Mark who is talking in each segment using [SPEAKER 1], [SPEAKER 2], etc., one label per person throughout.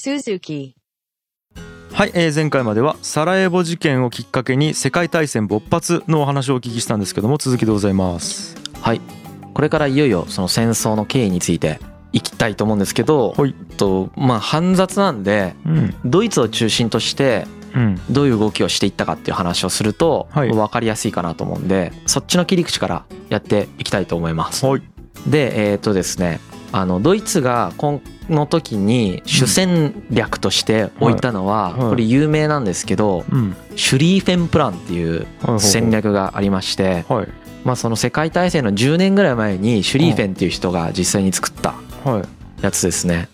[SPEAKER 1] Suzuki,
[SPEAKER 2] はい、えー前回まではサラエボ事件をきっかけに世界大戦勃発のお話をお聞きしたんですけども続きでございます
[SPEAKER 3] はいこれからいよいよその戦争の経緯についていきたいと思うんですけど、
[SPEAKER 2] はい
[SPEAKER 3] とまあ煩雑なんで
[SPEAKER 2] うん
[SPEAKER 3] ドイツを中心として
[SPEAKER 2] うん
[SPEAKER 3] どういう動きをしていったかっていう話をすると
[SPEAKER 2] はい
[SPEAKER 3] 分かりやすいかなと思うんで、そっちの切り口からやっていきたいと思います。
[SPEAKER 2] はい
[SPEAKER 3] でえっ、とですねあのドイツがこの時に主戦略として置いたのは、
[SPEAKER 2] うんはい
[SPEAKER 3] これ有名なんですけど、
[SPEAKER 2] うん
[SPEAKER 3] シュリーフェンプランっていう戦略がありまして、
[SPEAKER 2] はい
[SPEAKER 3] まあ、その世界大戦の10年ぐらい前にシュリーフェンっていう人が実際に作った
[SPEAKER 2] はい
[SPEAKER 3] やつですね。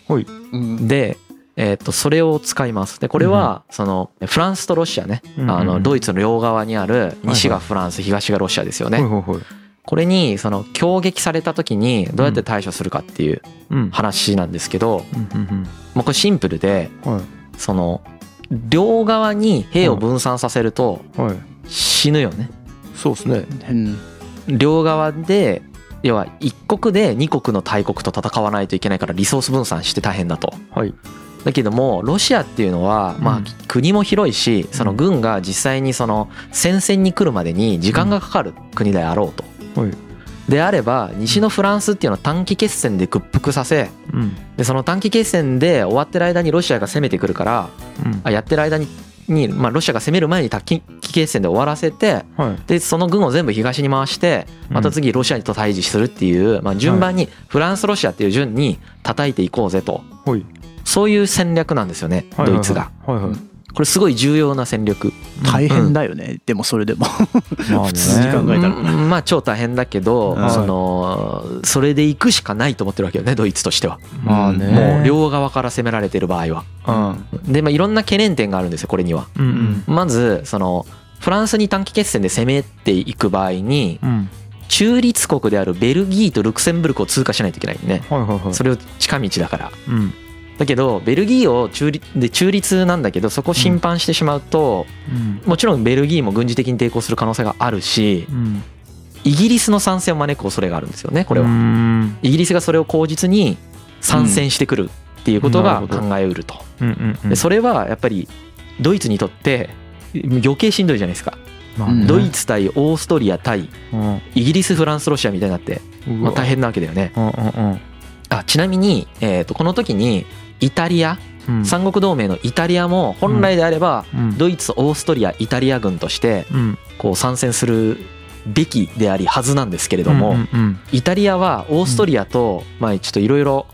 [SPEAKER 4] うん
[SPEAKER 3] で、えー、とそれを使います。でこれはそのフランスとロシアね、あのド
[SPEAKER 2] イ
[SPEAKER 3] イツの両側にある西
[SPEAKER 2] は
[SPEAKER 3] が
[SPEAKER 2] い
[SPEAKER 3] フランス東がロシアですよ
[SPEAKER 2] ツ
[SPEAKER 3] ね。
[SPEAKER 2] はいはいはい
[SPEAKER 3] これにその攻撃された時にどうやって対処するかっていう
[SPEAKER 2] うん
[SPEAKER 3] 話なんですけど、
[SPEAKER 2] うんうん
[SPEAKER 3] まあ、これシンプルで
[SPEAKER 2] うんは
[SPEAKER 3] その両側に兵を分散させると
[SPEAKER 2] いはい
[SPEAKER 3] 死ぬよね。
[SPEAKER 2] そうですね
[SPEAKER 4] うん
[SPEAKER 3] 両側で要は一国で二国の大国と戦わないといけないからリソース分散して大変だと。
[SPEAKER 2] はい
[SPEAKER 3] だけどもロシアっていうのはま
[SPEAKER 2] う
[SPEAKER 3] あ
[SPEAKER 2] ん
[SPEAKER 3] 国も広いしその
[SPEAKER 2] うん
[SPEAKER 3] 軍が実際にその戦線に来るまでに時間がかかる国であろうと
[SPEAKER 2] はい。
[SPEAKER 3] であれば西のフランスっていうのは短期決戦で屈服させ
[SPEAKER 2] うん
[SPEAKER 3] でその短期決戦で終わってる間にロシアが攻めてくるから
[SPEAKER 2] うん
[SPEAKER 3] あやってる間ににまあロシアが攻める前に短期決戦で終わらせて
[SPEAKER 2] はい
[SPEAKER 3] でその軍を全部東に回して
[SPEAKER 2] うん
[SPEAKER 3] また次ロシアと対峙するっていう、まあ、順番にフランスロシアっていう順に叩いていこうぜと
[SPEAKER 2] はい
[SPEAKER 3] そういう戦略なんですよね
[SPEAKER 2] はい
[SPEAKER 3] ドイツが。
[SPEAKER 2] はいはい
[SPEAKER 3] これすごい重要な戦略
[SPEAKER 4] 大変だよねでもそれでも
[SPEAKER 2] まあね
[SPEAKER 4] 普通に考えたら
[SPEAKER 3] うんまあ超大変だけど、
[SPEAKER 4] はい
[SPEAKER 3] そのそれで行くしかないと思ってるわけよねドイツとしては
[SPEAKER 2] まあ
[SPEAKER 4] えー
[SPEAKER 3] もう
[SPEAKER 2] ね
[SPEAKER 3] 両側から攻められてる場合は
[SPEAKER 2] うん
[SPEAKER 3] でまあいろんな懸念点があるんですよこれには
[SPEAKER 2] うん
[SPEAKER 3] まずそのフランスに短期決戦で攻めていく場合に
[SPEAKER 2] うん
[SPEAKER 3] 中立国であるベルギーとルクセンブルクを通過しないといけないね
[SPEAKER 2] はいはいはい
[SPEAKER 3] それを近道だから
[SPEAKER 2] うん
[SPEAKER 3] だけどベルギーを中立で中立なんだけどそこを侵犯してしまうと、
[SPEAKER 2] うん
[SPEAKER 3] もちろんベルギーも軍事的に抵抗する可能性があるし
[SPEAKER 2] うん
[SPEAKER 3] イギリスの参戦を招く恐れがあるんですよねこ
[SPEAKER 2] こ
[SPEAKER 3] れは、
[SPEAKER 2] うん
[SPEAKER 3] イギリスがそれを口実に参戦してくるっていうことが
[SPEAKER 2] うんなるほど
[SPEAKER 3] 考えうると、
[SPEAKER 2] うんうんうん
[SPEAKER 3] でそれはやっぱりドイツにとって余計しんどいじゃないですか、
[SPEAKER 2] まあね
[SPEAKER 3] ドイツ対オーストリア対
[SPEAKER 2] うん
[SPEAKER 3] イギリスフランスロシアみたいになって、
[SPEAKER 2] う
[SPEAKER 3] まあ、
[SPEAKER 2] わ
[SPEAKER 3] 大変なわけだよね
[SPEAKER 2] うんうん
[SPEAKER 3] あちなみに、えー、とこの時にイタリア
[SPEAKER 2] うん
[SPEAKER 3] 三国同盟のイタリアも本来であれば
[SPEAKER 2] うん
[SPEAKER 3] ドイツオーストリアイタリア軍として
[SPEAKER 2] うん
[SPEAKER 3] こう参戦するべきでありはずなんですけれど
[SPEAKER 2] うん
[SPEAKER 3] も
[SPEAKER 2] うんうん
[SPEAKER 3] イタリアはオーストリアとまあちょっといろいろ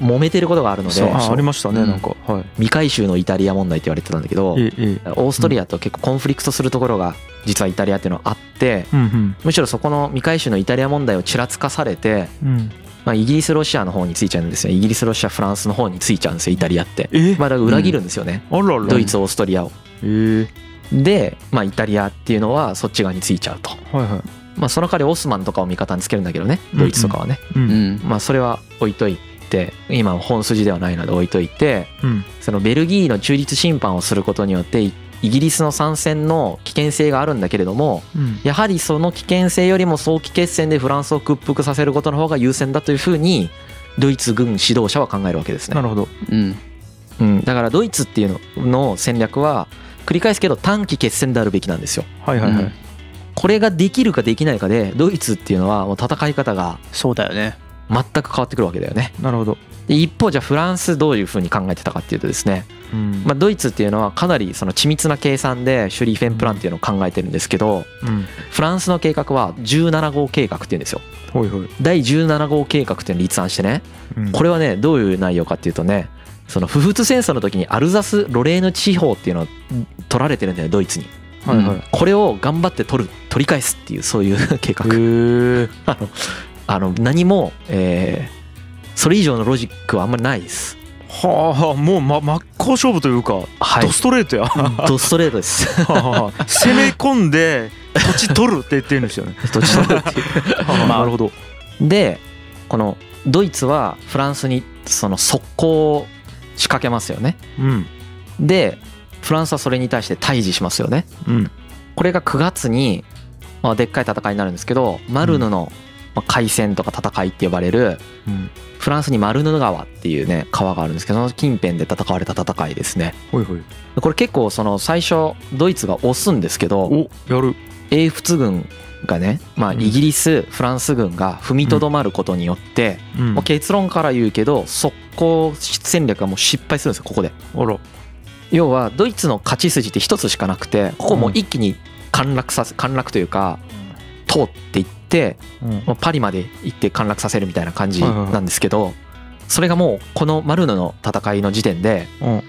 [SPEAKER 3] 揉めてることがあるので
[SPEAKER 2] そうあありましたね
[SPEAKER 4] うん
[SPEAKER 2] なんかはい
[SPEAKER 3] 未回収のイタリア問題って言われてたんだけどオ
[SPEAKER 2] ええ
[SPEAKER 3] ーストリアと結構コンフリクトするところが実はイタリアっていうのはあって
[SPEAKER 2] うん
[SPEAKER 3] むしろそこの未回収のイタリア問題をちらつかされて
[SPEAKER 2] うんうん
[SPEAKER 3] まあイギリスロシアの方についちゃうんですよイギリスロシアフランスの方についちゃうんですよイタリアって
[SPEAKER 2] え
[SPEAKER 3] まあだから裏切るんですよね
[SPEAKER 2] あらら
[SPEAKER 3] ドイツオーストリアを。
[SPEAKER 2] ええ
[SPEAKER 3] で、まあ、イタリアっていうのはそっち側についちゃうと、
[SPEAKER 2] はいは
[SPEAKER 3] まあ、その代わりオスマンとかを味方につけるんだけどねドイツとかはね、
[SPEAKER 2] いうん
[SPEAKER 4] うん
[SPEAKER 3] まあ、それは置いといて今は本筋ではないので置いといて
[SPEAKER 2] うん
[SPEAKER 3] そのベルギーの中立審判をすることによってイイギリスの参戦の危険性があるんだけれども
[SPEAKER 2] うん
[SPEAKER 3] やはりその危険性よりも早期決戦でフランスを屈服させることの方が優先だというふうにドイツ軍指導者は考えるわけですね
[SPEAKER 2] な。るほど
[SPEAKER 4] うん
[SPEAKER 3] うん、だからドイツっていうのの戦略は繰り返すけど短期決戦であるべきなんですよ。
[SPEAKER 2] はいはいは
[SPEAKER 4] うん
[SPEAKER 2] い
[SPEAKER 3] これができるかできないかでドイツっていうのはもう戦い方が
[SPEAKER 4] そうだよね
[SPEAKER 3] 全く変わってくるわけだよね
[SPEAKER 2] なるほど
[SPEAKER 3] で一方じゃあフランスどういうふうに考えてたかっていうとですね、
[SPEAKER 2] うん
[SPEAKER 3] まあ、ドイツっていうのはかなりその緻密な計算でシュリーフェンプランっていうのを考えてるんですけど
[SPEAKER 2] うん
[SPEAKER 3] フランスの計画は17号計画っていうんですよ
[SPEAKER 2] ほいほい
[SPEAKER 3] 第17号計画っていうのを立案してね
[SPEAKER 2] うん
[SPEAKER 3] これはねどういう内容かっていうとねその不仏戦争の時にアルザス・ロレーヌ地方っていうのを取られてるんだよドイツに
[SPEAKER 2] はいはい
[SPEAKER 3] これを頑張って取る取り返すっていうそういう計画
[SPEAKER 2] へえ
[SPEAKER 3] あの あの何も、えーそれ以上のロジックはあんまりないです。
[SPEAKER 2] はあもうま真っ向勝負というか
[SPEAKER 3] は
[SPEAKER 2] ドストレートや
[SPEAKER 3] い、ドストレートです。
[SPEAKER 2] はあ攻め込んで土地取るって言ってるんですよね。
[SPEAKER 3] ドストレートってい
[SPEAKER 2] は あ
[SPEAKER 4] まあ
[SPEAKER 2] なるほど。
[SPEAKER 3] うでこのドイツはフランスにその速攻を仕掛けますよね。
[SPEAKER 2] うん
[SPEAKER 3] でフランスはそれに対して対峙しますよね。
[SPEAKER 2] うん
[SPEAKER 3] これが9月に、まあ、でっかい戦いになるんですけどマルヌのまあ、海戦とか戦いって呼ばれる
[SPEAKER 2] うん
[SPEAKER 3] フランスにマルヌ川っていうね川があるんですけどその近辺で戦われた戦いですね
[SPEAKER 2] ほいほい
[SPEAKER 3] これ結構その最初ドイツが押すんですけど
[SPEAKER 2] おやる
[SPEAKER 3] 英仏軍がね、まあ、
[SPEAKER 2] うん
[SPEAKER 3] イギリスフランス軍が踏みとどまることによって、
[SPEAKER 2] うん
[SPEAKER 3] もう結論から言うけど速攻戦略がもう失敗するんですよここで
[SPEAKER 2] あら
[SPEAKER 3] 要はドイツの勝ち筋って一つしかなくてここもう一気に陥落させ陥落というか通っていって
[SPEAKER 2] うん
[SPEAKER 3] もうパリまで行って陥落させるみたいな感じなんですけどそれがもうこのマルヌの戦いの時点で
[SPEAKER 2] うん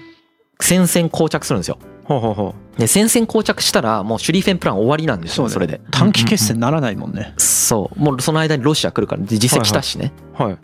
[SPEAKER 3] 戦線膠着するんですよ
[SPEAKER 2] はあはあはあ
[SPEAKER 3] で戦線膠着したらもうシュリーフェンプラン終わりなんですよ
[SPEAKER 4] そうね
[SPEAKER 3] それで
[SPEAKER 4] 短期決戦ならないもんね。
[SPEAKER 3] そうもうその間にロシア来るからで実際来たしね
[SPEAKER 2] はい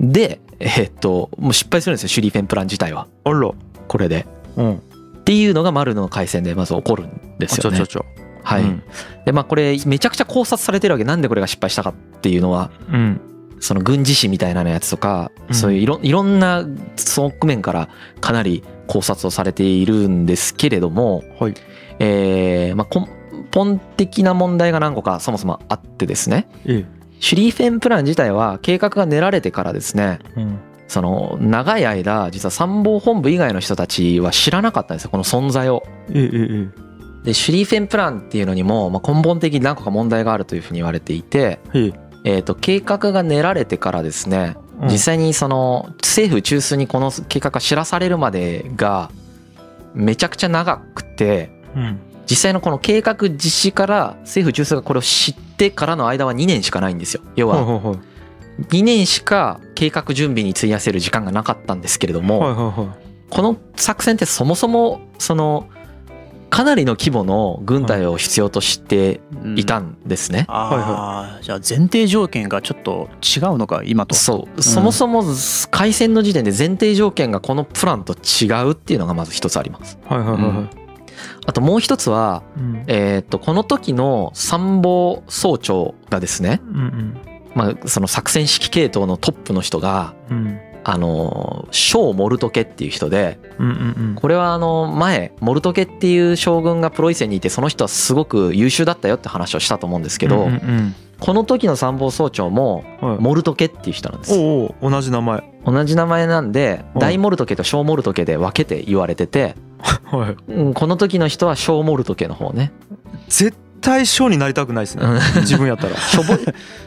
[SPEAKER 3] でえーっともう失敗するんですよシュリーフェンプラン自体は
[SPEAKER 2] あら
[SPEAKER 3] これで
[SPEAKER 2] うん
[SPEAKER 3] っていうのがマルヌの海戦でまず起こるんで
[SPEAKER 2] あ
[SPEAKER 3] す
[SPEAKER 2] ち
[SPEAKER 3] よ
[SPEAKER 2] ゃ
[SPEAKER 3] ね
[SPEAKER 2] ちゃちゃ
[SPEAKER 3] はい、
[SPEAKER 2] うん
[SPEAKER 3] でまあこれめちゃくちゃ考察されてるわけなんでこれが失敗したかっていうのは
[SPEAKER 2] うん
[SPEAKER 3] その軍事史みたいなのやつとか、
[SPEAKER 2] うん
[SPEAKER 3] そういういろいろんな側面からかなり考察をされているんですけれども、
[SPEAKER 2] はい
[SPEAKER 3] えーまあ、根本的な問題が何個かそもそもあってですね
[SPEAKER 2] え
[SPEAKER 3] シュリーフェンプラン自体は計画が練られてからですね
[SPEAKER 2] えうん
[SPEAKER 3] その長い間実は参謀本部以外の人たちは知らなかったんですよこの存在を。
[SPEAKER 2] えええ
[SPEAKER 3] でシュリーフェンプランっていうのにも、まあ、根本的に何個か問題があるというふうに言われていて、
[SPEAKER 2] えええ
[SPEAKER 3] えー、と計画が練られてからですね
[SPEAKER 2] うん
[SPEAKER 3] 実際にその政府中枢にこの計画が知らされるまでがめちゃくちゃ長くて
[SPEAKER 2] うん
[SPEAKER 3] 実際のこの計画実施から政府中枢がこれを知ってからの間は2年しかないんですよ要
[SPEAKER 2] はい
[SPEAKER 3] は
[SPEAKER 2] はいはい
[SPEAKER 3] 2年しか計画準備に費やせる時間がなかったんですけれども、
[SPEAKER 2] はいはいはい
[SPEAKER 3] この作戦ってそもそもそのかなりの規模の軍隊を必要として
[SPEAKER 4] うん
[SPEAKER 3] いたんですね。
[SPEAKER 4] ああ、じゃあ前提条件がちょっと違うのか、今と。
[SPEAKER 3] そうそもそも開戦の時点で前提条件がこのプランと違うっていうのがまず一つあります。
[SPEAKER 2] はいはいはいはい
[SPEAKER 3] あともう一つは、
[SPEAKER 2] うん
[SPEAKER 3] えーっとこの時の参謀総長がですね、
[SPEAKER 2] うん
[SPEAKER 3] まあ、その作戦指揮系統のトップの人が
[SPEAKER 2] うんうん
[SPEAKER 3] あのショー・モルトケっていう人で
[SPEAKER 2] うんうんうん
[SPEAKER 3] これはあの前モルトケっていう将軍がプロイセンにいてその人はすごく優秀だったよって話をしたと思うんですけ
[SPEAKER 2] う
[SPEAKER 3] ど、
[SPEAKER 2] んうん
[SPEAKER 3] この時の参謀総長も
[SPEAKER 2] うんはい
[SPEAKER 3] モルトケっていう人なんです
[SPEAKER 2] おうおう同じ名前
[SPEAKER 3] 同じ名前なんで
[SPEAKER 2] うん
[SPEAKER 3] 大モルトケと小モルトケで分けて言われてて、
[SPEAKER 2] はい
[SPEAKER 3] うん、この時の人は小モルトケの方ね
[SPEAKER 2] 絶対賞になりたくないですね
[SPEAKER 3] うん
[SPEAKER 2] 自分やったら
[SPEAKER 3] しょぼい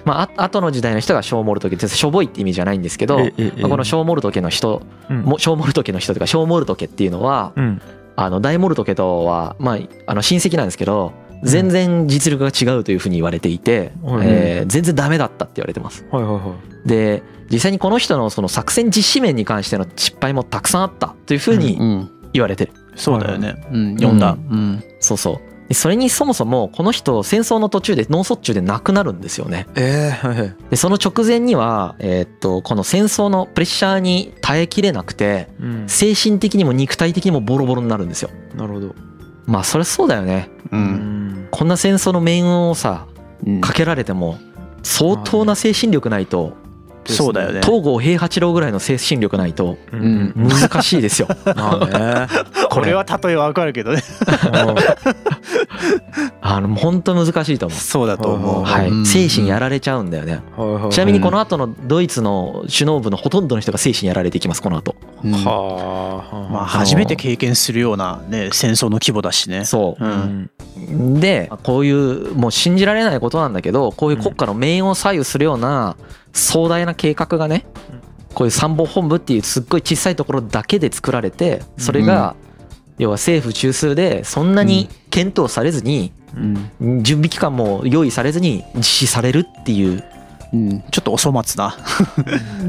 [SPEAKER 3] まああ後の時代の人が小モルトケってしょぼいって意味じゃないんですけど、
[SPEAKER 2] ええええ
[SPEAKER 3] まあこの小モルトケの人
[SPEAKER 2] うん
[SPEAKER 3] も小モルトケの人とか小モルトケっていうのは
[SPEAKER 2] うん
[SPEAKER 3] あの大モルトケとは、まあ、あの親戚なんですけど
[SPEAKER 2] ん
[SPEAKER 3] 全然実力が違うというふうに言われていて、
[SPEAKER 2] はい
[SPEAKER 3] えー全然ダメだったって言われてます
[SPEAKER 2] はいはいはい
[SPEAKER 3] で実際にこの人のその作戦実施面に関しての失敗もたくさんあったというふう
[SPEAKER 4] う
[SPEAKER 3] に
[SPEAKER 4] ん。
[SPEAKER 3] 言われてる、
[SPEAKER 4] そうだよね。うん、読んだ。
[SPEAKER 3] う
[SPEAKER 4] うん。
[SPEAKER 3] そうそうでそれにそもそもこの人戦争の途中で脳卒中で亡くなるんですよね
[SPEAKER 2] ええはいはい
[SPEAKER 3] でその直前には、えーっとこの戦争のプレッシャーに耐えきれなくて
[SPEAKER 2] うん
[SPEAKER 3] 精神的にも肉体的にもボロボロになるんですよ
[SPEAKER 2] なるほど
[SPEAKER 3] まあそりゃそうだよね
[SPEAKER 4] う。
[SPEAKER 2] うんん
[SPEAKER 3] こんな戦争の命運をさ
[SPEAKER 4] うん
[SPEAKER 3] かけられても相当な精神力ないと
[SPEAKER 4] そうだよね。
[SPEAKER 3] 東郷平八郎ぐらいの精神力ないと
[SPEAKER 2] う
[SPEAKER 4] うん
[SPEAKER 3] 難しいです よ
[SPEAKER 2] ま あね
[SPEAKER 4] これは例えわかるけどね。
[SPEAKER 3] あの本当難しいと思う
[SPEAKER 4] そうだと思う。
[SPEAKER 3] は
[SPEAKER 4] うん
[SPEAKER 3] い精神やられちゃうんだよね
[SPEAKER 2] はいはい
[SPEAKER 3] ちなみにこの後のドイツの首脳部のほとんどの人が精神やられていきますこの後
[SPEAKER 4] うん
[SPEAKER 2] はあ
[SPEAKER 3] あの
[SPEAKER 4] まあ、初めて経験するようなね、戦争の規模だしね。。
[SPEAKER 3] そううんでこういうもう信じられないことなんだけどこういう国家の命運を左右するような壮大な計画がね
[SPEAKER 2] うん
[SPEAKER 3] こういう参謀本部っていうすっごい小さいところだけで作られてそれが要は政府中枢でそんなに検討されずに
[SPEAKER 4] うん。
[SPEAKER 3] 準備期間も用意されずに実施されるっていう
[SPEAKER 4] うんちょっとお粗末な。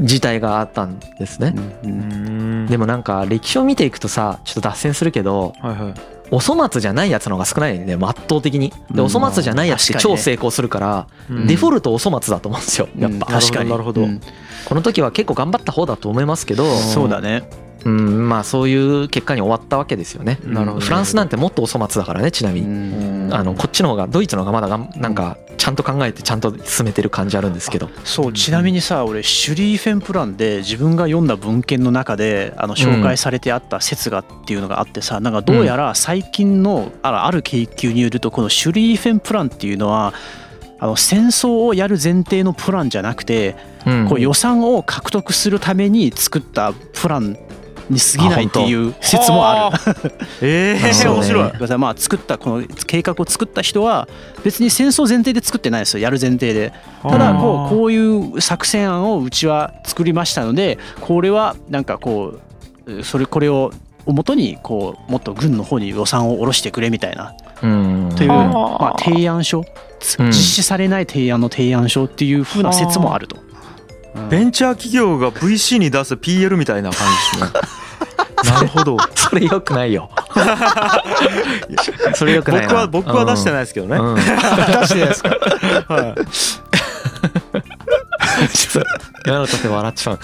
[SPEAKER 3] 事態があったんですね。
[SPEAKER 4] うん
[SPEAKER 2] うん
[SPEAKER 3] でもなんか歴史を見ていくとさちょっと脱線するけど
[SPEAKER 2] はいはい
[SPEAKER 3] お粗末じゃないやつの方が少ないよねもう圧倒的にで
[SPEAKER 4] うん
[SPEAKER 3] お粗末じゃないやつって
[SPEAKER 4] 確かに
[SPEAKER 3] 超
[SPEAKER 4] ね
[SPEAKER 3] 成功するから、
[SPEAKER 2] うん
[SPEAKER 3] デフォルトお粗末だと思うんですよやっぱ、
[SPEAKER 4] 確かに。
[SPEAKER 2] なるほどなる
[SPEAKER 4] うん
[SPEAKER 3] この時は結構頑張った方だと思いますけど、
[SPEAKER 4] そうだね。
[SPEAKER 3] うん、まあそういう結果に終わったわけですよね
[SPEAKER 2] なるほど
[SPEAKER 3] フランスなんてもっとお粗末だからねちなみ
[SPEAKER 4] う
[SPEAKER 3] に、
[SPEAKER 4] ん
[SPEAKER 3] あのこっちの方がドイツの方がまだがんなんかちゃんと考えてちゃんと進めてる感じあるんですけど
[SPEAKER 4] そうちなみにさ俺シュリーフェンプランで自分が読んだ文献の中であの紹介されてあった説がっていうのがあってさなんかどうやら最近のあらある研究によるとこのシュリーフェンプランっていうのはあの戦争をやる前提のプランじゃなくて、
[SPEAKER 3] うん
[SPEAKER 4] こう予算を獲得するために作ったプランに過ぎないっていう説もあ る。
[SPEAKER 2] る。ええ
[SPEAKER 3] なるほどね
[SPEAKER 2] 面白い。
[SPEAKER 4] だからまあ作ったこの計画を作った人は別に戦争前提で作ってないですよやる前提でただこうこういう作戦案をうちは作りましたのでこれはなんかこうそれこれをもとにこうもっと軍の方に予算を下ろしてくれみたいな
[SPEAKER 3] うん
[SPEAKER 4] という、
[SPEAKER 2] あー
[SPEAKER 4] まあ、提案書つ
[SPEAKER 3] うん
[SPEAKER 4] 実施されない提案の提案書っていう風な説もあると。うん
[SPEAKER 2] ベンチャー企業が VC に出す PL みたいな感じですね。なるほど。
[SPEAKER 3] それよくないよそれよく
[SPEAKER 2] 僕
[SPEAKER 3] ないな
[SPEAKER 2] は僕は出してない
[SPEAKER 3] い
[SPEAKER 2] ですけどね。
[SPEAKER 3] 出してないですか
[SPEAKER 2] はい
[SPEAKER 3] ちょっと今のとて笑っちゃう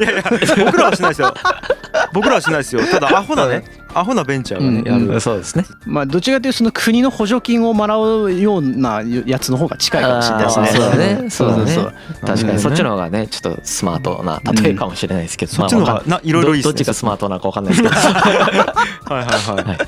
[SPEAKER 2] いやいや僕らはしないですよ。僕らはしないですよ。ただアホなね、アホなベンチャーがね
[SPEAKER 4] うん
[SPEAKER 2] やる。
[SPEAKER 3] そうですね
[SPEAKER 4] まあ、どっちかというとその国の補助金をもらうようなやつの方が近いかもしれないですね。
[SPEAKER 3] あーそうだねそうだね
[SPEAKER 4] そう
[SPEAKER 3] 確か
[SPEAKER 2] う
[SPEAKER 3] に
[SPEAKER 2] ん
[SPEAKER 3] そっちの方がねちょっとスマートな例えかもしれないですけど、
[SPEAKER 2] そっちの方がない
[SPEAKER 3] い
[SPEAKER 2] ろいろいいです
[SPEAKER 3] ど
[SPEAKER 2] ね。
[SPEAKER 3] っちがスマートなのかわかんないですけど
[SPEAKER 2] はいはいはい。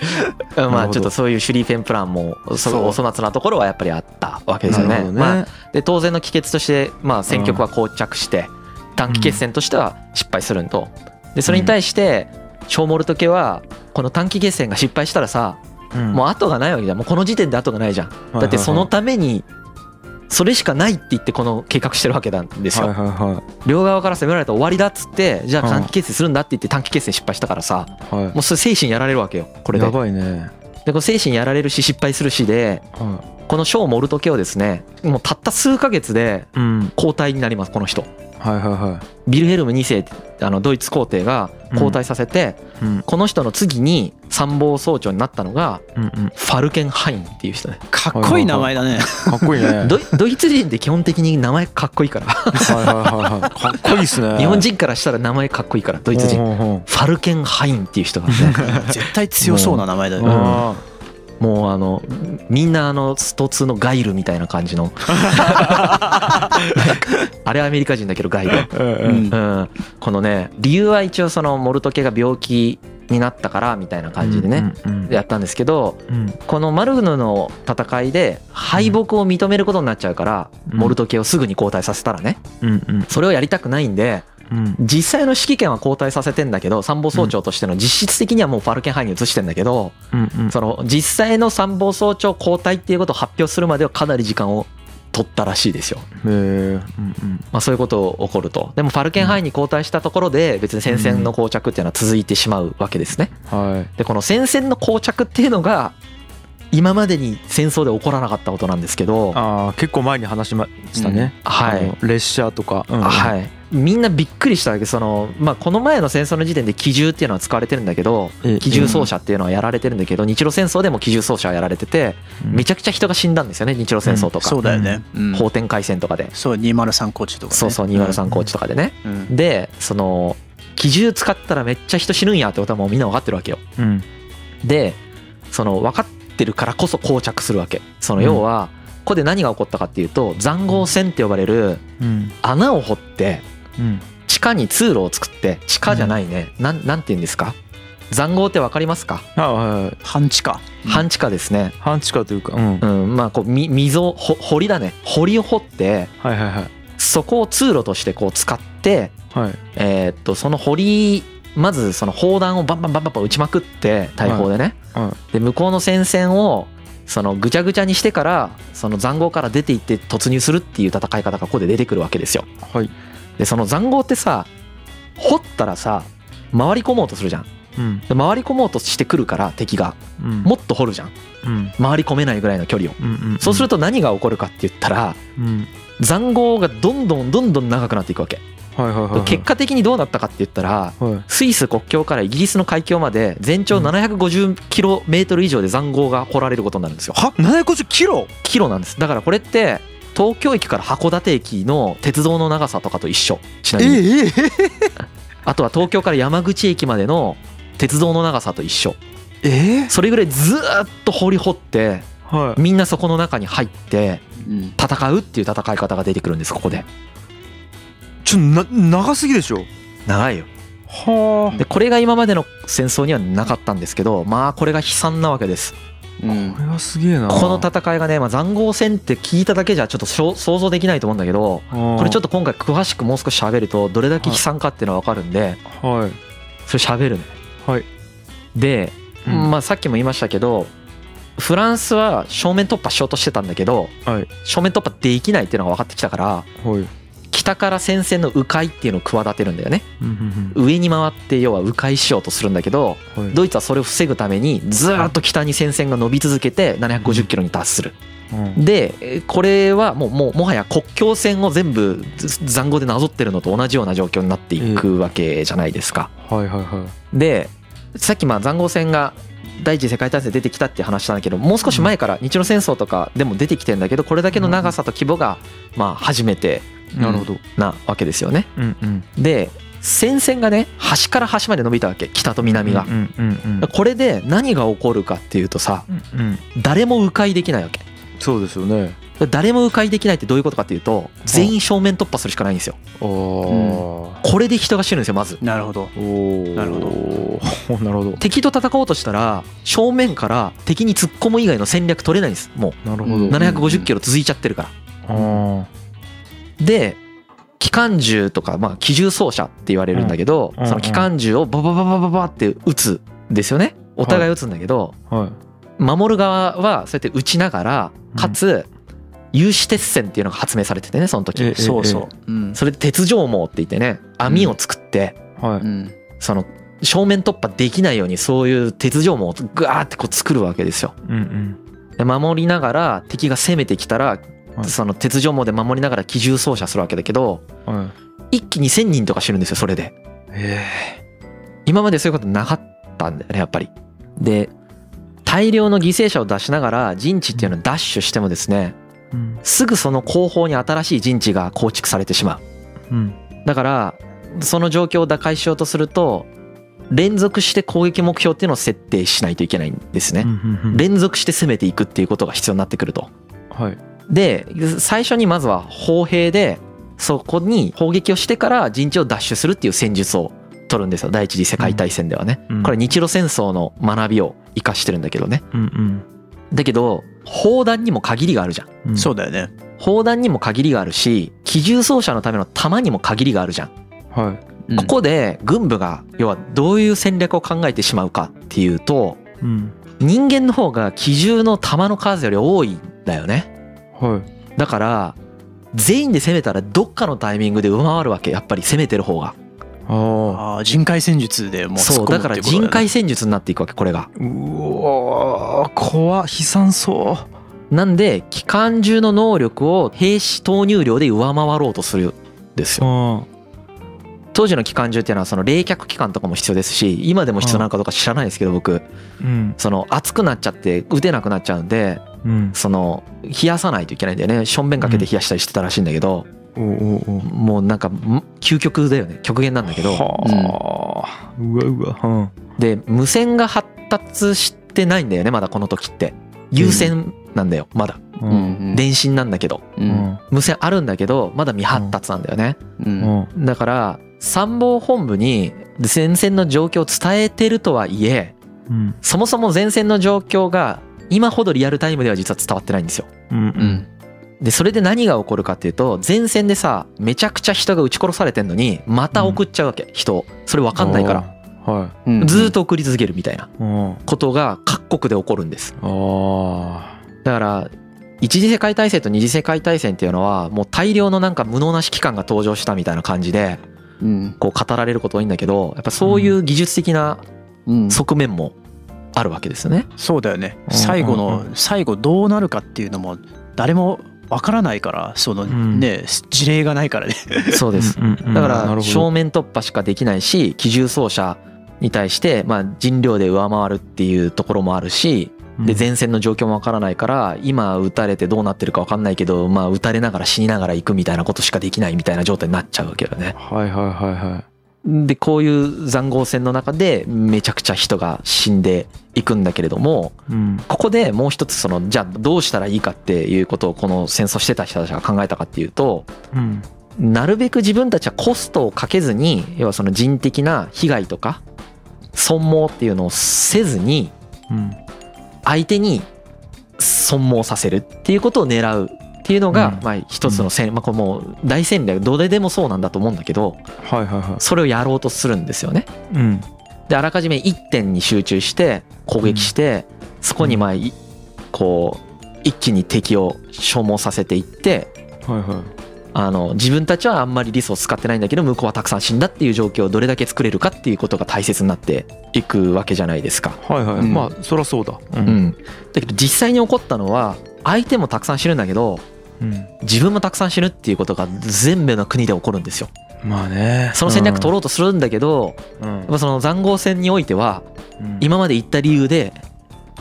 [SPEAKER 3] うん
[SPEAKER 2] なる
[SPEAKER 3] まあ
[SPEAKER 2] ほど
[SPEAKER 3] ちょっとそういう手裏剣プランも
[SPEAKER 4] そう
[SPEAKER 3] そお粗末なところはやっぱりあったわけですよ
[SPEAKER 2] なる
[SPEAKER 3] ね。
[SPEAKER 2] ほどね
[SPEAKER 3] まあ、で当然の帰結として、まあ、選挙区は膠着して短期決戦としては失敗するんとでそれに対して小モルト家はこの短期決戦が失敗したらさ
[SPEAKER 2] うん
[SPEAKER 3] もう後がないわけじゃんもうこの時点で後がないじゃんだってそのためにそれしかないって言ってこの計画してるわけなんです
[SPEAKER 2] はい
[SPEAKER 3] よ
[SPEAKER 2] はいは
[SPEAKER 3] 両側から攻められたら終わりだっつってじゃあ
[SPEAKER 2] うん
[SPEAKER 3] 短期決戦するんだって言って短期決戦失敗したからさ
[SPEAKER 2] いはい。はい
[SPEAKER 3] もうそれ精神やられるわけよこれで
[SPEAKER 2] やばいね。
[SPEAKER 3] でこの精神やられるし失敗するしで
[SPEAKER 2] は
[SPEAKER 3] このショーモルト家をですねもうたった数ヶ月で
[SPEAKER 2] い。うん。
[SPEAKER 3] 交代になりますこの人
[SPEAKER 2] はいはいは
[SPEAKER 3] ビルヘルム2世あのドイツ皇帝が交代させて、
[SPEAKER 2] い。うん
[SPEAKER 3] この人の次に参謀総長になったのが
[SPEAKER 2] うんうん。
[SPEAKER 3] ファルケンハインっていう人ね
[SPEAKER 4] かっこいい名前だね。
[SPEAKER 2] かっこいいね。 はいはい
[SPEAKER 3] ドイドイツ人って基本的に名前かっこいいから
[SPEAKER 2] はいはい。かっこいいっすね。
[SPEAKER 3] 日本人からしたら名前かっこいいからドイツ人
[SPEAKER 2] ほうほうほ
[SPEAKER 3] ファルケンハインってい う人がね
[SPEAKER 4] 絶対強そうな名前だよ
[SPEAKER 2] う。
[SPEAKER 4] ね。
[SPEAKER 2] あ
[SPEAKER 3] もうあのみんなあのスト2のガイルみたいな感 じのなんかあれアメリカ人だけどガイル
[SPEAKER 2] ーうん
[SPEAKER 4] う
[SPEAKER 2] うん
[SPEAKER 4] ん
[SPEAKER 3] うん、このね理由は一応そのモルト系が病気になったからみたいな感じでね、。
[SPEAKER 2] うん
[SPEAKER 3] やったんですけど
[SPEAKER 2] うん
[SPEAKER 3] このマルグヌの戦いで敗北を認めることになっちゃうから、
[SPEAKER 2] うん
[SPEAKER 3] モルト系をすぐに交代させたらね
[SPEAKER 2] うんうん
[SPEAKER 3] それをやりたくないんで
[SPEAKER 2] うん
[SPEAKER 3] 実際の指揮権は交代させてんだけど参謀総長としての実質的にはもうファルケンハイに移してんだけど、
[SPEAKER 2] うんうん。
[SPEAKER 3] その実際の参謀総長交代っていうことを発表するまではかなり時間を取ったらしいですよ。
[SPEAKER 2] へーうんうん
[SPEAKER 3] まあ、そういうこと起こるとでもファルケンハインに交代したところで別に戦線の膠着っていうのは続いてしまうわけですね
[SPEAKER 2] はい。
[SPEAKER 3] でこの戦線の膠着っていうのが今までに戦争で起こらなかったことなんですけど
[SPEAKER 2] ああ結構前に話しましたね。
[SPEAKER 3] は
[SPEAKER 2] あ
[SPEAKER 3] い
[SPEAKER 2] の列車とか。うん
[SPEAKER 3] はいみんなびっくりしたわけその、まあ、この前の戦争の時点で機銃っていうのは使われてるんだけど
[SPEAKER 2] ええ
[SPEAKER 3] 機銃奏者っていうのはやられてるんだけど日露戦争でも機銃奏者はやられてて
[SPEAKER 2] うん
[SPEAKER 3] めちゃくちゃ人が死んだんですよね日露戦争とか、
[SPEAKER 4] そうだよね。うん
[SPEAKER 3] 法天海戦とかで、
[SPEAKER 4] そう203コーチとかね。
[SPEAKER 3] そうそう203高地とかでね、
[SPEAKER 4] うん。
[SPEAKER 3] でその機銃使ったらめっちゃ人死ぬんやってことはもうみんな分かってるわけよ
[SPEAKER 2] うん
[SPEAKER 3] でその分かってるからこそ膠着するわけその
[SPEAKER 2] うん
[SPEAKER 3] 要は、ここで何が起こったかっていうと塹壕戦って呼ばれる
[SPEAKER 2] うん
[SPEAKER 3] 穴を掘って
[SPEAKER 2] うん
[SPEAKER 3] 地下に通路を作って地下じゃないね、なんなんて言うんですか塹壕って分かりますか、
[SPEAKER 2] あはいはい
[SPEAKER 4] 半地下。
[SPEAKER 3] 半地下ですね
[SPEAKER 2] 半地下というかうん
[SPEAKER 3] うんまあこうみ溝ほ堀だね堀を掘って
[SPEAKER 2] はいはいはい
[SPEAKER 3] そこを通路としてこう使って
[SPEAKER 2] はい
[SPEAKER 3] えーっとその堀まずその砲弾をバンバンバンバンバン撃ちまくって大砲でね、
[SPEAKER 2] はいは
[SPEAKER 3] で向こうの戦線をそのぐちゃぐちゃにしてからその塹壕から出ていって突入するっていう戦い方がここで出てくるわけですよ
[SPEAKER 2] はい
[SPEAKER 3] でその塹壕ってさ掘ったらさ回り込もうとするじゃん
[SPEAKER 2] うん
[SPEAKER 3] で回り込もうとしてくるから敵が
[SPEAKER 2] うん
[SPEAKER 3] もっと掘るじゃん
[SPEAKER 2] うん
[SPEAKER 3] 回り込めないぐらいの距離を
[SPEAKER 2] うん
[SPEAKER 3] そうすると何が起こるかって言ったら
[SPEAKER 2] うん
[SPEAKER 3] 塹壕がどんどんどんどん長くなっていくわけ
[SPEAKER 2] はいはいはいはい
[SPEAKER 3] 結果的にどうなったかって言ったら
[SPEAKER 2] はい
[SPEAKER 3] スイス国境からイギリスの海峡まで全長
[SPEAKER 2] うん
[SPEAKER 3] 750キロメートル以上で塹壕が掘られることになるんですよ。
[SPEAKER 2] は750キロ
[SPEAKER 3] キロなんです。だからこれって東京駅から函館駅の鉄道の長さとかと一緒。ちなみに。
[SPEAKER 2] ええ
[SPEAKER 3] あとは東京から山口駅までの鉄道の長さと一緒。
[SPEAKER 2] ええ
[SPEAKER 3] それぐらいずーっと掘り掘って、
[SPEAKER 2] は
[SPEAKER 3] みんなそこの中に入って
[SPEAKER 4] うん。
[SPEAKER 3] 戦うっていう戦い方が出てくるんです、ここで。
[SPEAKER 2] いちょな長すぎでしょ
[SPEAKER 3] 長いよ。
[SPEAKER 2] は
[SPEAKER 3] で、これが今までの戦争にはなかったんですけど、まあこれが悲惨なわけです。
[SPEAKER 2] あ
[SPEAKER 4] うん
[SPEAKER 2] これはすげえな
[SPEAKER 3] この戦いがね、まあ、塹壕戦って聞いただけじゃちょっとしょ想像できないと思うんだけどこ
[SPEAKER 2] こ
[SPEAKER 3] れちょっと今回詳しくもう少し喋るとどれだけ悲惨かっていうのは分かるんで
[SPEAKER 2] とはい
[SPEAKER 3] それ喋るね
[SPEAKER 2] はい
[SPEAKER 3] で、
[SPEAKER 2] うん
[SPEAKER 3] まあ、さっきも言いましたけどフランスは正面突破しようとしてたんだけど
[SPEAKER 2] はい
[SPEAKER 3] 正面突破できないっていうのが分かってきたから
[SPEAKER 2] はい
[SPEAKER 3] 北から戦線の迂回っていうのを企てるんだよね
[SPEAKER 2] うんうん
[SPEAKER 3] 上に回って要は迂回しようとするんだけど
[SPEAKER 2] うんはい
[SPEAKER 3] ドイツはそれを防ぐためにずーっと北に戦線が伸び続けて750キロに達する
[SPEAKER 2] うん
[SPEAKER 3] でえーこれはもうもうもはや国境線を全部ず塹壕でなぞってるのと同じような状況になっていくわけじゃないですか。
[SPEAKER 2] はいはいはい
[SPEAKER 3] でさっきまあ塹壕戦が第一次世界大戦で出てきたっていう話したんだけどもう少し前から日露戦争とかでも出てきてんだけどこれだけの長さと規模がまあ初めて
[SPEAKER 2] なるほど
[SPEAKER 3] なわけですよね。
[SPEAKER 2] うんうん
[SPEAKER 3] で戦線がね端から端まで伸びたわけ北と南が
[SPEAKER 2] う。んうんうん
[SPEAKER 3] これで何が起こるかっていうとさ
[SPEAKER 2] うんうん
[SPEAKER 3] 誰も迂回できないわけ。
[SPEAKER 2] そうですよね
[SPEAKER 3] 誰も迂回できないってどういうことかっていうと全員正面突破するしかないんですよ
[SPEAKER 2] ああお
[SPEAKER 3] これで人が死ぬんですよまず
[SPEAKER 4] なるほど
[SPEAKER 2] ー
[SPEAKER 4] なるほど
[SPEAKER 2] おー なるほど
[SPEAKER 3] 敵と戦おうとしたら正面から敵に突っ込む以外の戦略取れないんですも
[SPEAKER 2] なるほ
[SPEAKER 4] う
[SPEAKER 3] うん
[SPEAKER 2] ど
[SPEAKER 4] ん
[SPEAKER 3] 750キロ続いちゃってるから
[SPEAKER 2] あ
[SPEAKER 3] で機関銃とかまあ機銃装車って言われるんだけど
[SPEAKER 2] うん
[SPEAKER 3] その機関銃をババババババって撃つんですよねお互い撃つんだけど
[SPEAKER 2] あはい
[SPEAKER 3] 守る側はそうやって撃ちながらかつ有刺鉄線っていうのが発明されててねその時
[SPEAKER 2] ええ
[SPEAKER 4] そうそううん
[SPEAKER 3] それで鉄条網って言ってね網を作って
[SPEAKER 2] はい
[SPEAKER 4] うん
[SPEAKER 3] その正面突破できないようにそういう鉄条網をガーってこう作るわけですよ。
[SPEAKER 2] うん
[SPEAKER 3] で守りながら敵が攻めてきたら、
[SPEAKER 2] はい
[SPEAKER 3] その鉄条網で守りながら機銃操作するわけだけど
[SPEAKER 2] うんはい
[SPEAKER 3] 一気に1,000人とか死ぬんですよそれで。
[SPEAKER 2] え
[SPEAKER 3] 今までそういうことなかったんだよねやっぱり。で大量の犠牲者を出しながら陣地っていうのをダッシュしてもですね
[SPEAKER 2] えうん
[SPEAKER 3] すぐその後方に新しい陣地が構築されてしま
[SPEAKER 2] う
[SPEAKER 3] う。
[SPEAKER 2] ん
[SPEAKER 3] だからその状況を打開しようとすると連続して攻撃目標っていうのを設定しないといけないんです
[SPEAKER 2] う
[SPEAKER 3] ね。
[SPEAKER 2] んうんうん
[SPEAKER 3] 連続して攻めていくっていうことが必要になってくると。
[SPEAKER 2] はい
[SPEAKER 3] で最初にまずは砲兵でそこに砲撃をしてから陣地を奪取するっていう戦術を取るんですよ第一次世界大戦ではね。
[SPEAKER 2] うん
[SPEAKER 3] これ日露戦争の学びを生かしてるんだけどね。
[SPEAKER 2] うんうん
[SPEAKER 3] だけど砲弾にも限りがあるじゃん。
[SPEAKER 2] うん
[SPEAKER 4] そうだよね
[SPEAKER 3] 砲弾にも限りがあるし機銃装者のための弾にも限りがあるじゃん。
[SPEAKER 2] はい
[SPEAKER 4] うん
[SPEAKER 3] ここで軍部が要はどういう戦略を考えてしまうかっていうと
[SPEAKER 2] うん
[SPEAKER 3] 人間の方が機銃の弾の数より多いんだよね
[SPEAKER 2] はい
[SPEAKER 3] だから全員で攻めたらどっかのタイミングで上回るわけやっぱり攻めてる方が
[SPEAKER 2] ああ
[SPEAKER 4] あー人海戦術でもう突
[SPEAKER 3] そ
[SPEAKER 4] っ
[SPEAKER 3] う
[SPEAKER 4] 込
[SPEAKER 3] だ
[SPEAKER 4] むっ
[SPEAKER 3] から
[SPEAKER 4] てことよね
[SPEAKER 3] 人海戦術になっていくわけこれが
[SPEAKER 2] うおー怖っ悲惨そ
[SPEAKER 3] なんで機関銃の能力を兵士投入量で上回ろうとするんです
[SPEAKER 2] う
[SPEAKER 3] よ
[SPEAKER 2] あ
[SPEAKER 3] 当時の機関銃っていうのはその冷却期間とかも必要ですし今でも必要なのかどうか知らないですけど僕
[SPEAKER 2] うん
[SPEAKER 3] その熱くなっちゃって撃てなくなっちゃうんで
[SPEAKER 2] うん
[SPEAKER 3] その冷やさないといけないんだよねしょんべんかけて冷やしたりしてたらしいんだけど、
[SPEAKER 2] おおお
[SPEAKER 3] もうなんかん究極だよね極限なんだけど
[SPEAKER 2] はあ、うわうわ
[SPEAKER 3] で無線が発達してないんだよねまだこの時って有線なんだよまだ
[SPEAKER 2] う
[SPEAKER 4] うんん
[SPEAKER 3] 電信なんだけど
[SPEAKER 4] う
[SPEAKER 2] うんん
[SPEAKER 3] 無線あるんだけどまだ未発達なんだよね
[SPEAKER 4] うん
[SPEAKER 2] うん
[SPEAKER 3] だから参謀本部に前線の状況を伝えてるとはいえ
[SPEAKER 2] うん
[SPEAKER 3] そもそも前線の状況が今ほどリアルタイムでは実は伝わってないんですよ
[SPEAKER 2] うんう
[SPEAKER 4] うんん
[SPEAKER 3] でそれで何が起こるかっていうと前線でさめちゃくちゃ人が撃ち殺されてんのにまた送っちゃうわけ、人をそれ分かんないから
[SPEAKER 2] あーはい
[SPEAKER 4] うん
[SPEAKER 3] ずーっと送り続けるみたいな
[SPEAKER 2] うん
[SPEAKER 3] ことが各国で起こるんです
[SPEAKER 2] あ
[SPEAKER 3] だから一次世界大戦と二次世界大戦っていうのはもう大量のなんか無能な指揮官が登場したみたいな感じで
[SPEAKER 4] うん
[SPEAKER 3] こう語られること多いんだけどやっぱそういう技術的な
[SPEAKER 4] うん
[SPEAKER 3] 側面もあるわけですよね、
[SPEAKER 4] そうだよね
[SPEAKER 2] うん
[SPEAKER 4] 最後
[SPEAKER 2] う
[SPEAKER 4] の最後どうなるかっていうのも誰もわからないからその
[SPEAKER 2] ん
[SPEAKER 4] ね事例がないからね
[SPEAKER 3] そう
[SPEAKER 2] あ
[SPEAKER 3] です
[SPEAKER 2] うんうんうん
[SPEAKER 3] だ
[SPEAKER 2] な
[SPEAKER 3] から
[SPEAKER 2] るほど
[SPEAKER 3] 正面突破しかできないし機銃走者に対してまあ人量で上回るっていうところもあるしで前線の状況もわからないから今撃たれてどうなってるかわかんないけどまあ撃たれながら死にながら行くみたいなことしかできないみたいな状態になっちゃうわけだよね。
[SPEAKER 2] はいはいはいはい
[SPEAKER 3] でこういう塹壕戦の中でめちゃくちゃ人が死んでいくんだけれども
[SPEAKER 2] うん
[SPEAKER 3] ここでもう一つそのじゃあどうしたらいいかっていうことをこの戦争してた人たちが考えたかっていうと
[SPEAKER 2] うん
[SPEAKER 3] なるべく自分たちはコストをかけずに要はその人的な被害とか損耗っていうのをせずに
[SPEAKER 2] うん
[SPEAKER 3] 相手に損耗させるっていうことを狙うっていうのが、
[SPEAKER 2] うん
[SPEAKER 3] まあ一つの戦、まあこれもう大戦略どれでもそうなんだと思うんだけど
[SPEAKER 2] はいはいは
[SPEAKER 3] それをやろうとするんですよね。
[SPEAKER 2] いうん
[SPEAKER 3] であらかじめ1点に集中して攻撃して、そこにまあいこう一気に敵を消耗させていって
[SPEAKER 2] はいは
[SPEAKER 3] あの自分たちはあんまりリソース使ってないんだけど向こうはたくさん死んだっていう状況をどれだけ作れるかっていうことが大切になっていくわけじゃないですか。
[SPEAKER 2] いはいはい、
[SPEAKER 4] うん
[SPEAKER 2] まあそらそうだう
[SPEAKER 3] う、ん、だけど実際に起こったのは相手もたくさん死ぬんだけど
[SPEAKER 2] うん
[SPEAKER 3] 自分もたくさん死ぬっていうことが全部の国で起こるんですよ。
[SPEAKER 2] まあね
[SPEAKER 3] その戦略取ろうとするんだけど、やっぱその塹壕戦においては今まで言った理由で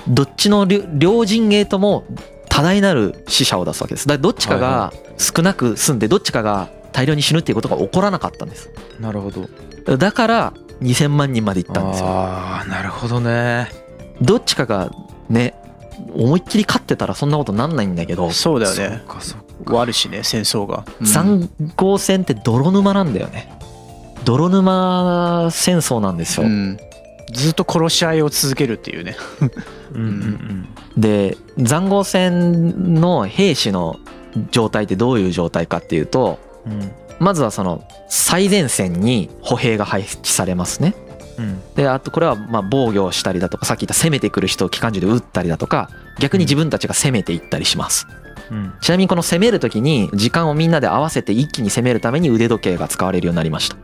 [SPEAKER 3] どっちの両両陣営とも多大なる死者を出すわけですだからどっちかが少なく済んでどっちかが大量に死ぬっていうことが起こらなかったんです
[SPEAKER 2] うんなるほど
[SPEAKER 3] だから2000万人までいったんですよ
[SPEAKER 2] ああなるほどね
[SPEAKER 3] どっちかがね思いっきり勝ってたらそんなことなんないんだけど
[SPEAKER 4] そうだよ
[SPEAKER 2] そ
[SPEAKER 4] ね
[SPEAKER 2] っかそっか
[SPEAKER 4] 終わるしね戦争が、うん
[SPEAKER 3] 塹壕戦って泥沼なんだよね泥沼戦争なんですよ、
[SPEAKER 4] うんずっと殺し合いを続けるっていうね
[SPEAKER 2] うんうん
[SPEAKER 3] で塹壕戦の兵士の状態ってどういう状態かっていうと
[SPEAKER 2] うんうん
[SPEAKER 3] まずはその最前線に歩兵が配置されますね。
[SPEAKER 2] うん
[SPEAKER 3] であとこれはまあ防御をしたりだとかさっき言った攻めてくる人を機関銃で撃ったりだとか逆に自分たちが攻めていったりします。
[SPEAKER 2] うん
[SPEAKER 3] ちなみにこの攻める時に時間をみんなで合わせて一気に攻めるために腕時計が使われるようになりました。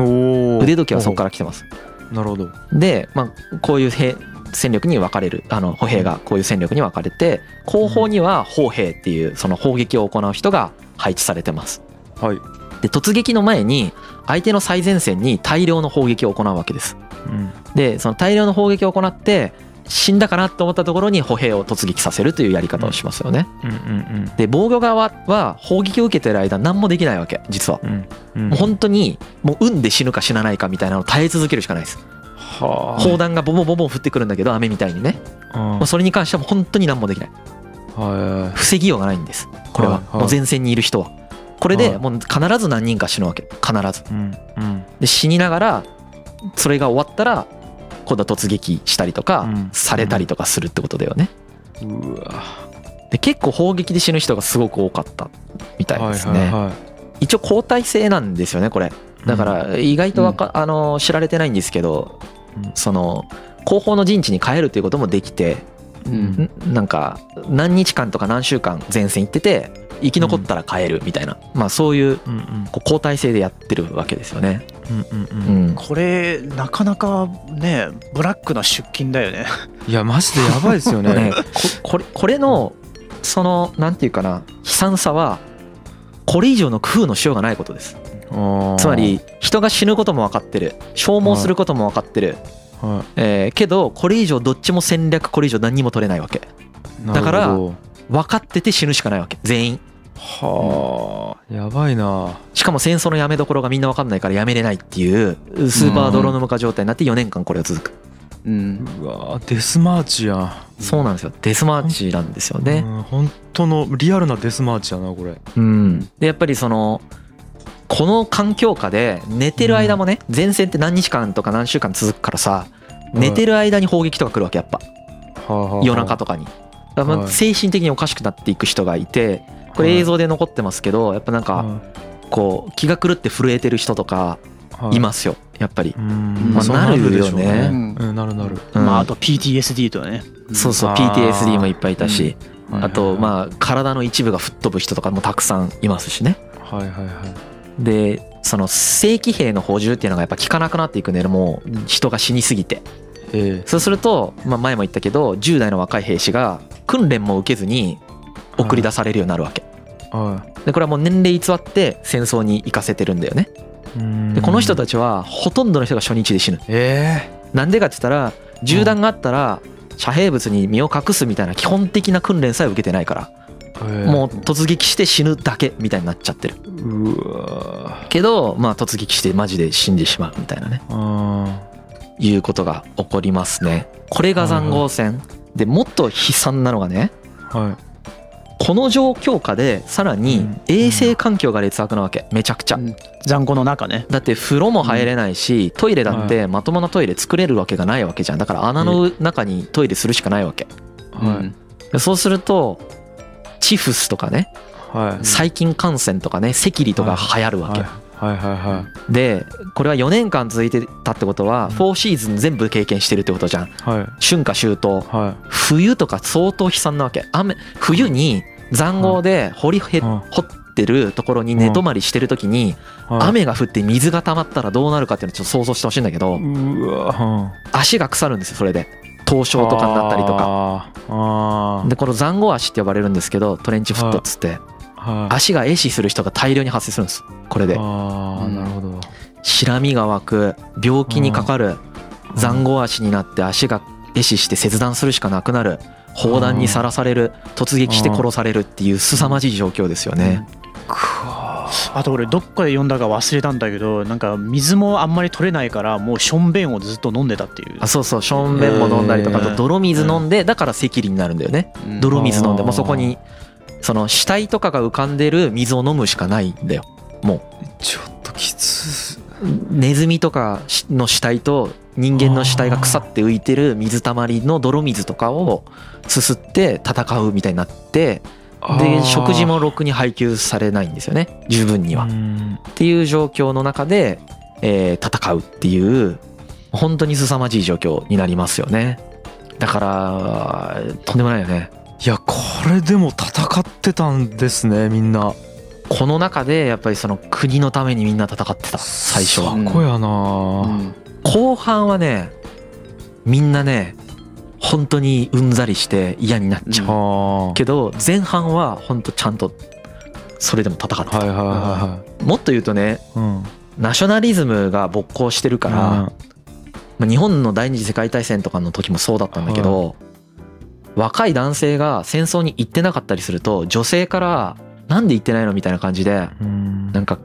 [SPEAKER 2] おお
[SPEAKER 3] 腕時計はそこから来てます。
[SPEAKER 2] なるほど
[SPEAKER 3] で、まあ、こういう兵戦力に分かれるあの歩兵がこういう戦力に分かれて後方には砲兵っていうその砲撃を行う人が配置されてます。
[SPEAKER 2] はい
[SPEAKER 3] で突撃の前に相手の最前線に大量の砲撃を行うわけです
[SPEAKER 2] うん
[SPEAKER 3] でその大量の砲撃を行って死んだかなと思ったところに歩兵を突撃させるというやり方をしますよね
[SPEAKER 2] うんうん
[SPEAKER 3] で防御側は砲撃を受けてる間何もできないわけ実は
[SPEAKER 2] うんうん
[SPEAKER 3] もう本当にもう運で死ぬか死なないかみたいなのを耐え続けるしかないです
[SPEAKER 2] は
[SPEAKER 3] 砲弾がボンボンボンボン降ってくるんだけど雨みたいにね
[SPEAKER 2] あ
[SPEAKER 3] もうそれに関してはもう本当に何もできない
[SPEAKER 2] は
[SPEAKER 3] 防ぎようがないんですこれは
[SPEAKER 2] はいはい
[SPEAKER 3] もう前線にいる人はこれ
[SPEAKER 2] は
[SPEAKER 3] で
[SPEAKER 2] い
[SPEAKER 3] もう必ず何人か死ぬわけ必ず
[SPEAKER 2] いうんうん
[SPEAKER 3] で死にながらそれが終わったら今度は突撃したりとか
[SPEAKER 2] うん
[SPEAKER 3] されたりとかするってことだよね。
[SPEAKER 2] うわ
[SPEAKER 3] で結構砲撃で死ぬ人がすごく多かったみたいですね。
[SPEAKER 2] は
[SPEAKER 3] 一応交代制なんですよねこれ。
[SPEAKER 2] い
[SPEAKER 3] だから意外とわか、あの知られてないんですけど
[SPEAKER 2] うん
[SPEAKER 3] その後方の陣地に帰るということもできて
[SPEAKER 2] うん
[SPEAKER 3] んなんか何日間とか何週間前線行ってて生き残ったら帰るみたいな、まあそういう
[SPEAKER 2] うんうん
[SPEAKER 3] こう交代制でやってるわけですよね。
[SPEAKER 2] うんうんう
[SPEAKER 3] うんん、
[SPEAKER 4] これなかなかねブラックな出勤だよね
[SPEAKER 2] いやマジでやばいですよね
[SPEAKER 3] ね、ここれこれのそのなんていうかな悲惨さはこれ以上の工夫のしようがないことです
[SPEAKER 2] ああ
[SPEAKER 3] つまり人が死ぬことも分かってる消耗することも分かってる、
[SPEAKER 2] は
[SPEAKER 3] えーけどこれ以上どっちも戦略これ以上何にも取れないわけ
[SPEAKER 2] い
[SPEAKER 3] だから
[SPEAKER 2] なるほ
[SPEAKER 3] 分かってて死ぬしかないわけ全員
[SPEAKER 2] どはあやばいな
[SPEAKER 3] しかも戦争のやめどころがみんな分かんないからやめれないっていうスーパー泥沼化状態になって4年間これが続く、
[SPEAKER 4] うん
[SPEAKER 2] うわデスマーチやん
[SPEAKER 3] そうなんですよデスマーチなんですよね、
[SPEAKER 2] うん本当のリアルなデスマーチやなこれ
[SPEAKER 3] うん、でやっぱりそのこの環境下で寝てる間もね、前線って何日間とか何週間続くからさ
[SPEAKER 2] うん
[SPEAKER 3] 寝てる間に砲撃とか来るわけやっぱ夜中
[SPEAKER 2] と
[SPEAKER 3] とかに。だからま
[SPEAKER 2] は
[SPEAKER 3] あ
[SPEAKER 2] い
[SPEAKER 3] 精神的におかしくなっていく人がいてこれ映像で残ってますけどやっぱなんかこう気が狂って震えてる人とかいますよやっぱり
[SPEAKER 2] う。ん
[SPEAKER 4] まあ
[SPEAKER 2] そうるでしょう
[SPEAKER 3] なるよ
[SPEAKER 4] ね
[SPEAKER 2] うんなるなる
[SPEAKER 3] うん
[SPEAKER 4] まああと PTSD とね
[SPEAKER 3] そうそう
[SPEAKER 2] あー
[SPEAKER 3] PTSD もいっぱいいたし
[SPEAKER 2] はい
[SPEAKER 3] あとまあ体の一部が吹っ飛ぶ人とかもたくさんいますしね
[SPEAKER 2] はいはいはい
[SPEAKER 3] でその正規兵の補充っていうのがやっぱ効かなくなっていくんだよねもう人が死にすぎて
[SPEAKER 2] え
[SPEAKER 3] そうすると、まあ、前も言ったけど10代の若い兵士が訓練も受けずに送り出されるようになるわけ
[SPEAKER 2] えはい
[SPEAKER 3] でこれはもう年齢偽って戦争に行かせてるんだよね
[SPEAKER 2] うん
[SPEAKER 3] でこの人たちはほとんどの人が初日で死ぬ
[SPEAKER 2] え
[SPEAKER 3] なんでかって言ったら銃弾があったら遮蔽物に身を隠すみたいな基本的な訓練さえ受けてないから
[SPEAKER 2] え
[SPEAKER 3] もう突撃して死ぬだけみたいになっちゃってる
[SPEAKER 2] ううわ
[SPEAKER 3] けどまあ突撃してマジで死んでしまうみたいなね
[SPEAKER 2] あ
[SPEAKER 3] いうことが起こりますね。これが塹壕戦でもっと悲惨なのがね
[SPEAKER 2] ーはい
[SPEAKER 3] この状況下でさら
[SPEAKER 2] う
[SPEAKER 3] に
[SPEAKER 2] ん
[SPEAKER 3] 衛生環境が劣悪なわけめちゃくちゃ
[SPEAKER 4] うん。残酷の中ね
[SPEAKER 3] だって風呂も入れないしトイレだってまともなトイレ作れるわけがないわけじゃんだから穴の中にトイレするしかないわけ
[SPEAKER 2] はい
[SPEAKER 4] うん
[SPEAKER 3] でそうするとチフスとかね
[SPEAKER 2] はい
[SPEAKER 3] 細菌感染とかね赤痢とか流行るわけ、
[SPEAKER 2] はいはいはいは
[SPEAKER 3] でこれは4年間続いてたってことは4シーズン全部経験してるってことじゃん
[SPEAKER 2] いはい
[SPEAKER 3] 春夏秋冬
[SPEAKER 2] は
[SPEAKER 3] 冬とか相当悲惨なわけ雨冬に塹壕で掘りへ
[SPEAKER 2] うん
[SPEAKER 3] 掘ってるところに寝泊まりしてる時に
[SPEAKER 2] いはい
[SPEAKER 3] 雨が降って水が溜まったらどうなるかっていうのをちょっと想像してほしいんだけど
[SPEAKER 2] うわ
[SPEAKER 3] 足が腐るんですよそれで凍傷とかになったりとか
[SPEAKER 2] かあー
[SPEAKER 3] でこの塹壕足って呼ばれるんですけどトレンチフットっつって
[SPEAKER 2] あーはい
[SPEAKER 3] 足が壊死する人が大量に発生するんですこれで
[SPEAKER 2] あーなるほど
[SPEAKER 3] 白みが湧く病気にかかる塹壕足になって足が壊死して切断するしかなくなる砲弾にさらされる突撃して殺されるっていう凄まじい状況ですよね
[SPEAKER 4] あと俺どっかで読んだか忘れたんだけどなんか水もあんまり取れないからもうしょんべんをずっと飲んでたっていう
[SPEAKER 3] あそうそうしょんべんも飲んだりとかあと泥水飲んでだから赤痢になるんだよね
[SPEAKER 4] うん
[SPEAKER 3] 泥水飲んで
[SPEAKER 2] あー
[SPEAKER 3] もうそこにその死体とかが浮かんでる水を飲むしかないんだよ
[SPEAKER 2] ちょっときつ
[SPEAKER 3] ネズミとかの死体と人間の死体が腐って浮いてる水たまりの泥水とかをすすって戦うみたいになってで食事もろくに配給されないんですよね十分に
[SPEAKER 2] に
[SPEAKER 3] は。
[SPEAKER 2] うん
[SPEAKER 3] っていう状況の中で、えー戦うっていう本当に凄まじい状況になりますよね。だからとんでもないよね。
[SPEAKER 2] いやこれでも戦ってたんですねみんな
[SPEAKER 3] この中でやっぱりその国のためにみんな戦ってた最初は。
[SPEAKER 2] そこやなあ
[SPEAKER 4] うん
[SPEAKER 3] 後半はねみんなね本当にうんざりして嫌になっちゃう、
[SPEAKER 4] うん
[SPEAKER 2] ー
[SPEAKER 3] けど前半は本当ちゃんとそれでも戦ってた、
[SPEAKER 2] はいはいは
[SPEAKER 3] もっと言うとね
[SPEAKER 2] いはいうん
[SPEAKER 3] ナショナリズムが勃興してるから、
[SPEAKER 2] うん
[SPEAKER 3] まあ日本の第二次世界大戦とかの時もそうだったんだけど、若い男性が戦争に行ってなかったりすると女性から「なんで行ってないの?」みたいな感じで
[SPEAKER 2] うん
[SPEAKER 3] なんか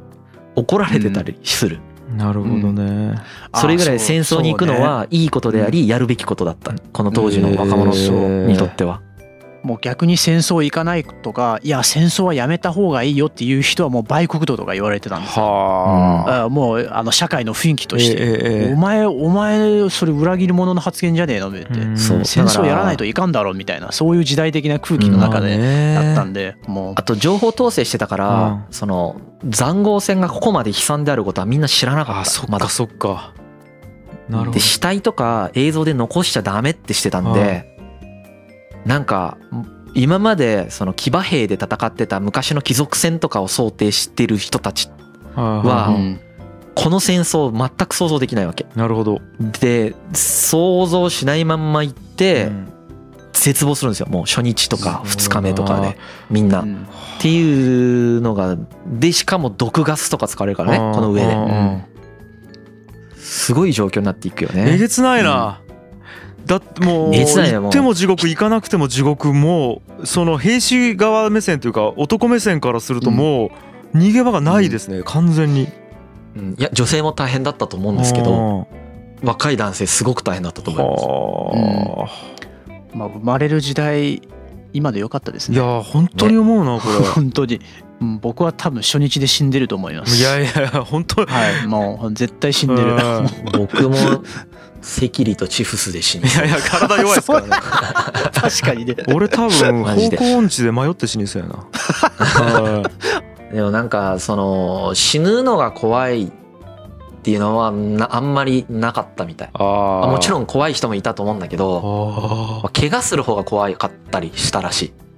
[SPEAKER 3] 怒られてたりする、
[SPEAKER 2] なるほどね
[SPEAKER 4] あ
[SPEAKER 3] それぐらい戦争に行くの
[SPEAKER 4] そうね
[SPEAKER 3] はいいことでありやるべきことだったこの当時の若者にとっては。
[SPEAKER 4] もう逆に戦争行かないとかいや戦争はやめた方がいいよっていう人はもう売国奴とか言われてたんです
[SPEAKER 2] はあ
[SPEAKER 4] あもうあの社会の雰囲気と
[SPEAKER 2] え
[SPEAKER 4] し
[SPEAKER 2] え
[SPEAKER 4] て、
[SPEAKER 2] え
[SPEAKER 4] お
[SPEAKER 2] え
[SPEAKER 4] 前お前それ裏切り者の発言じゃねえのって、
[SPEAKER 2] うん
[SPEAKER 3] そう
[SPEAKER 4] 戦
[SPEAKER 3] だか
[SPEAKER 4] 争
[SPEAKER 3] ら
[SPEAKER 4] やらないといかんだろうみたいなそういう時代的な空気の中でだったんで、もう
[SPEAKER 3] あと情報統制してたから、その塹壕戦がここまで悲惨であることはみんな知らなか
[SPEAKER 2] あ
[SPEAKER 3] った
[SPEAKER 2] そっ
[SPEAKER 3] ま
[SPEAKER 2] か
[SPEAKER 3] だ
[SPEAKER 2] そっかなるほど
[SPEAKER 3] で死体とか映像で残しちゃダメってしてたんでなんか今までその騎馬兵で戦ってた昔の貴族戦とかを想定してる人たちは
[SPEAKER 2] は
[SPEAKER 4] うん
[SPEAKER 3] この戦争全く想像できないわけ
[SPEAKER 2] いなるほど
[SPEAKER 3] で想像しないまんま行って、絶望するんですよもう初日とか
[SPEAKER 2] そう
[SPEAKER 3] 2日目とか
[SPEAKER 2] あー
[SPEAKER 3] でみんな、っ
[SPEAKER 4] うん
[SPEAKER 3] ていうのがでしかも毒ガスとか使われるからねこの上
[SPEAKER 2] うん
[SPEAKER 3] で
[SPEAKER 2] うん
[SPEAKER 3] すごい状況になっていくよ
[SPEAKER 2] え
[SPEAKER 3] ね
[SPEAKER 2] げつないな、だってもう
[SPEAKER 3] えげつないよ
[SPEAKER 2] 行っても地獄行かなくても地獄もうその兵士側目線というか男目線からするともう逃げ場がないですね、完全に
[SPEAKER 3] うんいや女性も大変だったと思うんですけど若い男性すごく大変だったと
[SPEAKER 2] あ
[SPEAKER 3] 思います
[SPEAKER 2] ー
[SPEAKER 4] まあ、生まれる時代今でよかったです
[SPEAKER 2] い
[SPEAKER 4] ね
[SPEAKER 2] やー本当に思う なこれ
[SPEAKER 4] 本当に、うん僕は多分初日で死んでると思います
[SPEAKER 2] いやいや本当に
[SPEAKER 4] はいもう絶対死んで
[SPEAKER 2] う
[SPEAKER 4] る
[SPEAKER 2] んいや
[SPEAKER 3] 僕も赤痢とチフスで死にそう
[SPEAKER 2] いや体弱いですからね
[SPEAKER 4] 確かにね
[SPEAKER 2] 俺多分
[SPEAKER 3] マ
[SPEAKER 2] 方
[SPEAKER 3] ジで
[SPEAKER 2] 向音痴で迷って死にそうや なは
[SPEAKER 3] でもなんかその死ぬのが怖いっていうのはなあんまりなかったみたい
[SPEAKER 2] いあ
[SPEAKER 3] あもちろ
[SPEAKER 2] ん
[SPEAKER 3] ん怖い人もいたと思うんだけど
[SPEAKER 2] あ
[SPEAKER 3] まあ怪我する方が怖かったりしたらし
[SPEAKER 2] ー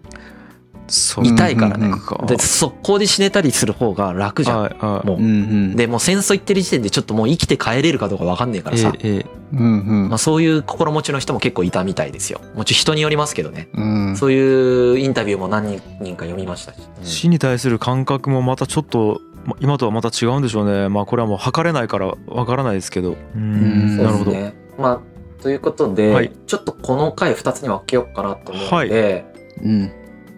[SPEAKER 2] そう
[SPEAKER 3] い痛いからね、
[SPEAKER 4] うん
[SPEAKER 2] か
[SPEAKER 3] で速攻で死ねたりする方が楽じゃん、
[SPEAKER 2] はいはい
[SPEAKER 3] もう、
[SPEAKER 4] ん
[SPEAKER 3] でもう戦争行ってる時点でちょっともう生きて帰れるかどうか分かんねえからさ、
[SPEAKER 2] えええ
[SPEAKER 4] うん
[SPEAKER 3] まあ、そういう心持ちの人も結構いたみたいですよもちろん人によりますけどね、
[SPEAKER 4] うん
[SPEAKER 3] そういうインタビューも何人か読みましたし、
[SPEAKER 2] え死に対する感覚もまたちょっとま今とはまた違うんでしょうねまあこれはもう測れないからわからないですけどうん
[SPEAKER 4] ん
[SPEAKER 2] なるほ
[SPEAKER 3] そ
[SPEAKER 2] ど
[SPEAKER 3] うですねまあということで、
[SPEAKER 2] はい
[SPEAKER 3] ちょっとこの回2つに分けようかなと思うので、
[SPEAKER 4] うん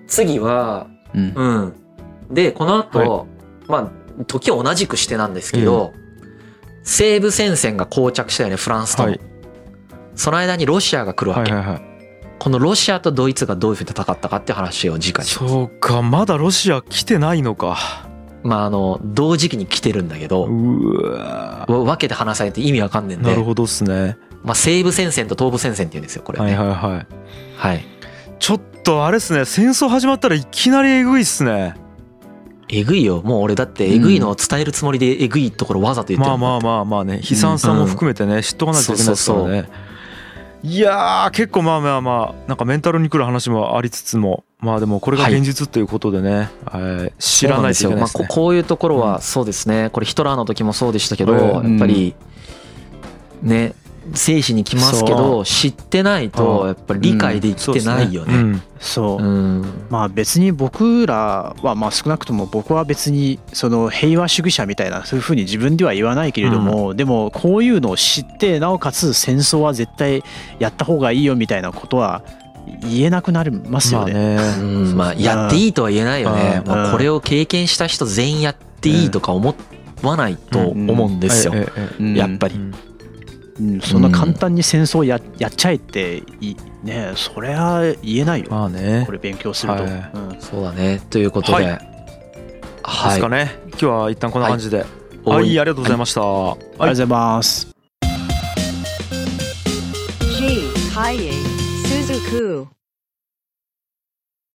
[SPEAKER 3] 次は
[SPEAKER 4] うん
[SPEAKER 3] うん。で、この後、まあ、時を同じくしてなんですけど、西部戦線が膠着したよね、フランスとの。
[SPEAKER 2] はい
[SPEAKER 3] その間にロシアが来るわ
[SPEAKER 2] はい
[SPEAKER 3] け、
[SPEAKER 2] はいはい
[SPEAKER 3] このロシアとドイツがどういうふうに戦ったかっていう話を次回します。
[SPEAKER 2] そうかまだロシア来てないのか
[SPEAKER 3] まあ、あの、同時期に来てるんだけど、
[SPEAKER 2] うわ
[SPEAKER 3] わ分けて話されて意味わかんねえん
[SPEAKER 2] なる
[SPEAKER 3] で、
[SPEAKER 2] ほどっすね
[SPEAKER 3] まあ、西部戦線と東部戦線って言うんですよ、これ
[SPEAKER 2] はい
[SPEAKER 3] ね。
[SPEAKER 2] は
[SPEAKER 3] はいい。
[SPEAKER 2] はいちょっとあれっすね戦争始まったらいきなりえぐいっすね
[SPEAKER 3] えぐいよもう俺だってえぐいのを伝えるつもりでえぐいところわざと言って
[SPEAKER 2] ま
[SPEAKER 3] る
[SPEAKER 2] あまあ
[SPEAKER 3] あ
[SPEAKER 2] まあまあね悲惨さも含めてね、知っとかないといけないですからね
[SPEAKER 3] そう
[SPEAKER 2] いやー結構まあまあまあなんかメンタルにくる話もありつつもまあでもこれが現実ということでね、はい知らないといけないです
[SPEAKER 3] まあ、
[SPEAKER 2] ね
[SPEAKER 3] ここういうところはそうですね、これヒトラーの時もそうでしたけど、
[SPEAKER 2] ええ
[SPEAKER 3] やっぱりね生死に来ますけど知ってないとやっぱり理解できてないよね。
[SPEAKER 2] うん
[SPEAKER 4] そう、
[SPEAKER 3] うん
[SPEAKER 4] まあ別に僕らはまあ少なくとも僕は別にその平和主義者みたいなそういうふうに自分では言わないけれども、でもこういうのを知ってなおかつ戦争は絶対やった方がいいよみたいなことは言えなくなりますよ
[SPEAKER 2] まあ
[SPEAKER 4] ね。
[SPEAKER 2] ね
[SPEAKER 3] うんまあやっていいとは言えないよね、
[SPEAKER 2] うん
[SPEAKER 3] まあ、これを経験した人全員やっていいとか思わないと思うんですよ、
[SPEAKER 2] ええええ
[SPEAKER 4] うん
[SPEAKER 3] やっぱり。
[SPEAKER 2] うん
[SPEAKER 4] うんそんな簡単に戦争ややっちゃえっていねえそれは言えないよ
[SPEAKER 2] まあね
[SPEAKER 4] これ勉強すると。
[SPEAKER 2] はい
[SPEAKER 4] うん
[SPEAKER 3] そうだねということで、
[SPEAKER 2] はいで
[SPEAKER 3] は
[SPEAKER 2] す
[SPEAKER 3] い
[SPEAKER 2] かね今日は一旦こんな感じで、はい
[SPEAKER 3] おい
[SPEAKER 2] ありがとうございました、
[SPEAKER 4] ありがとうございます。
[SPEAKER 1] G. Kaye Suzuku.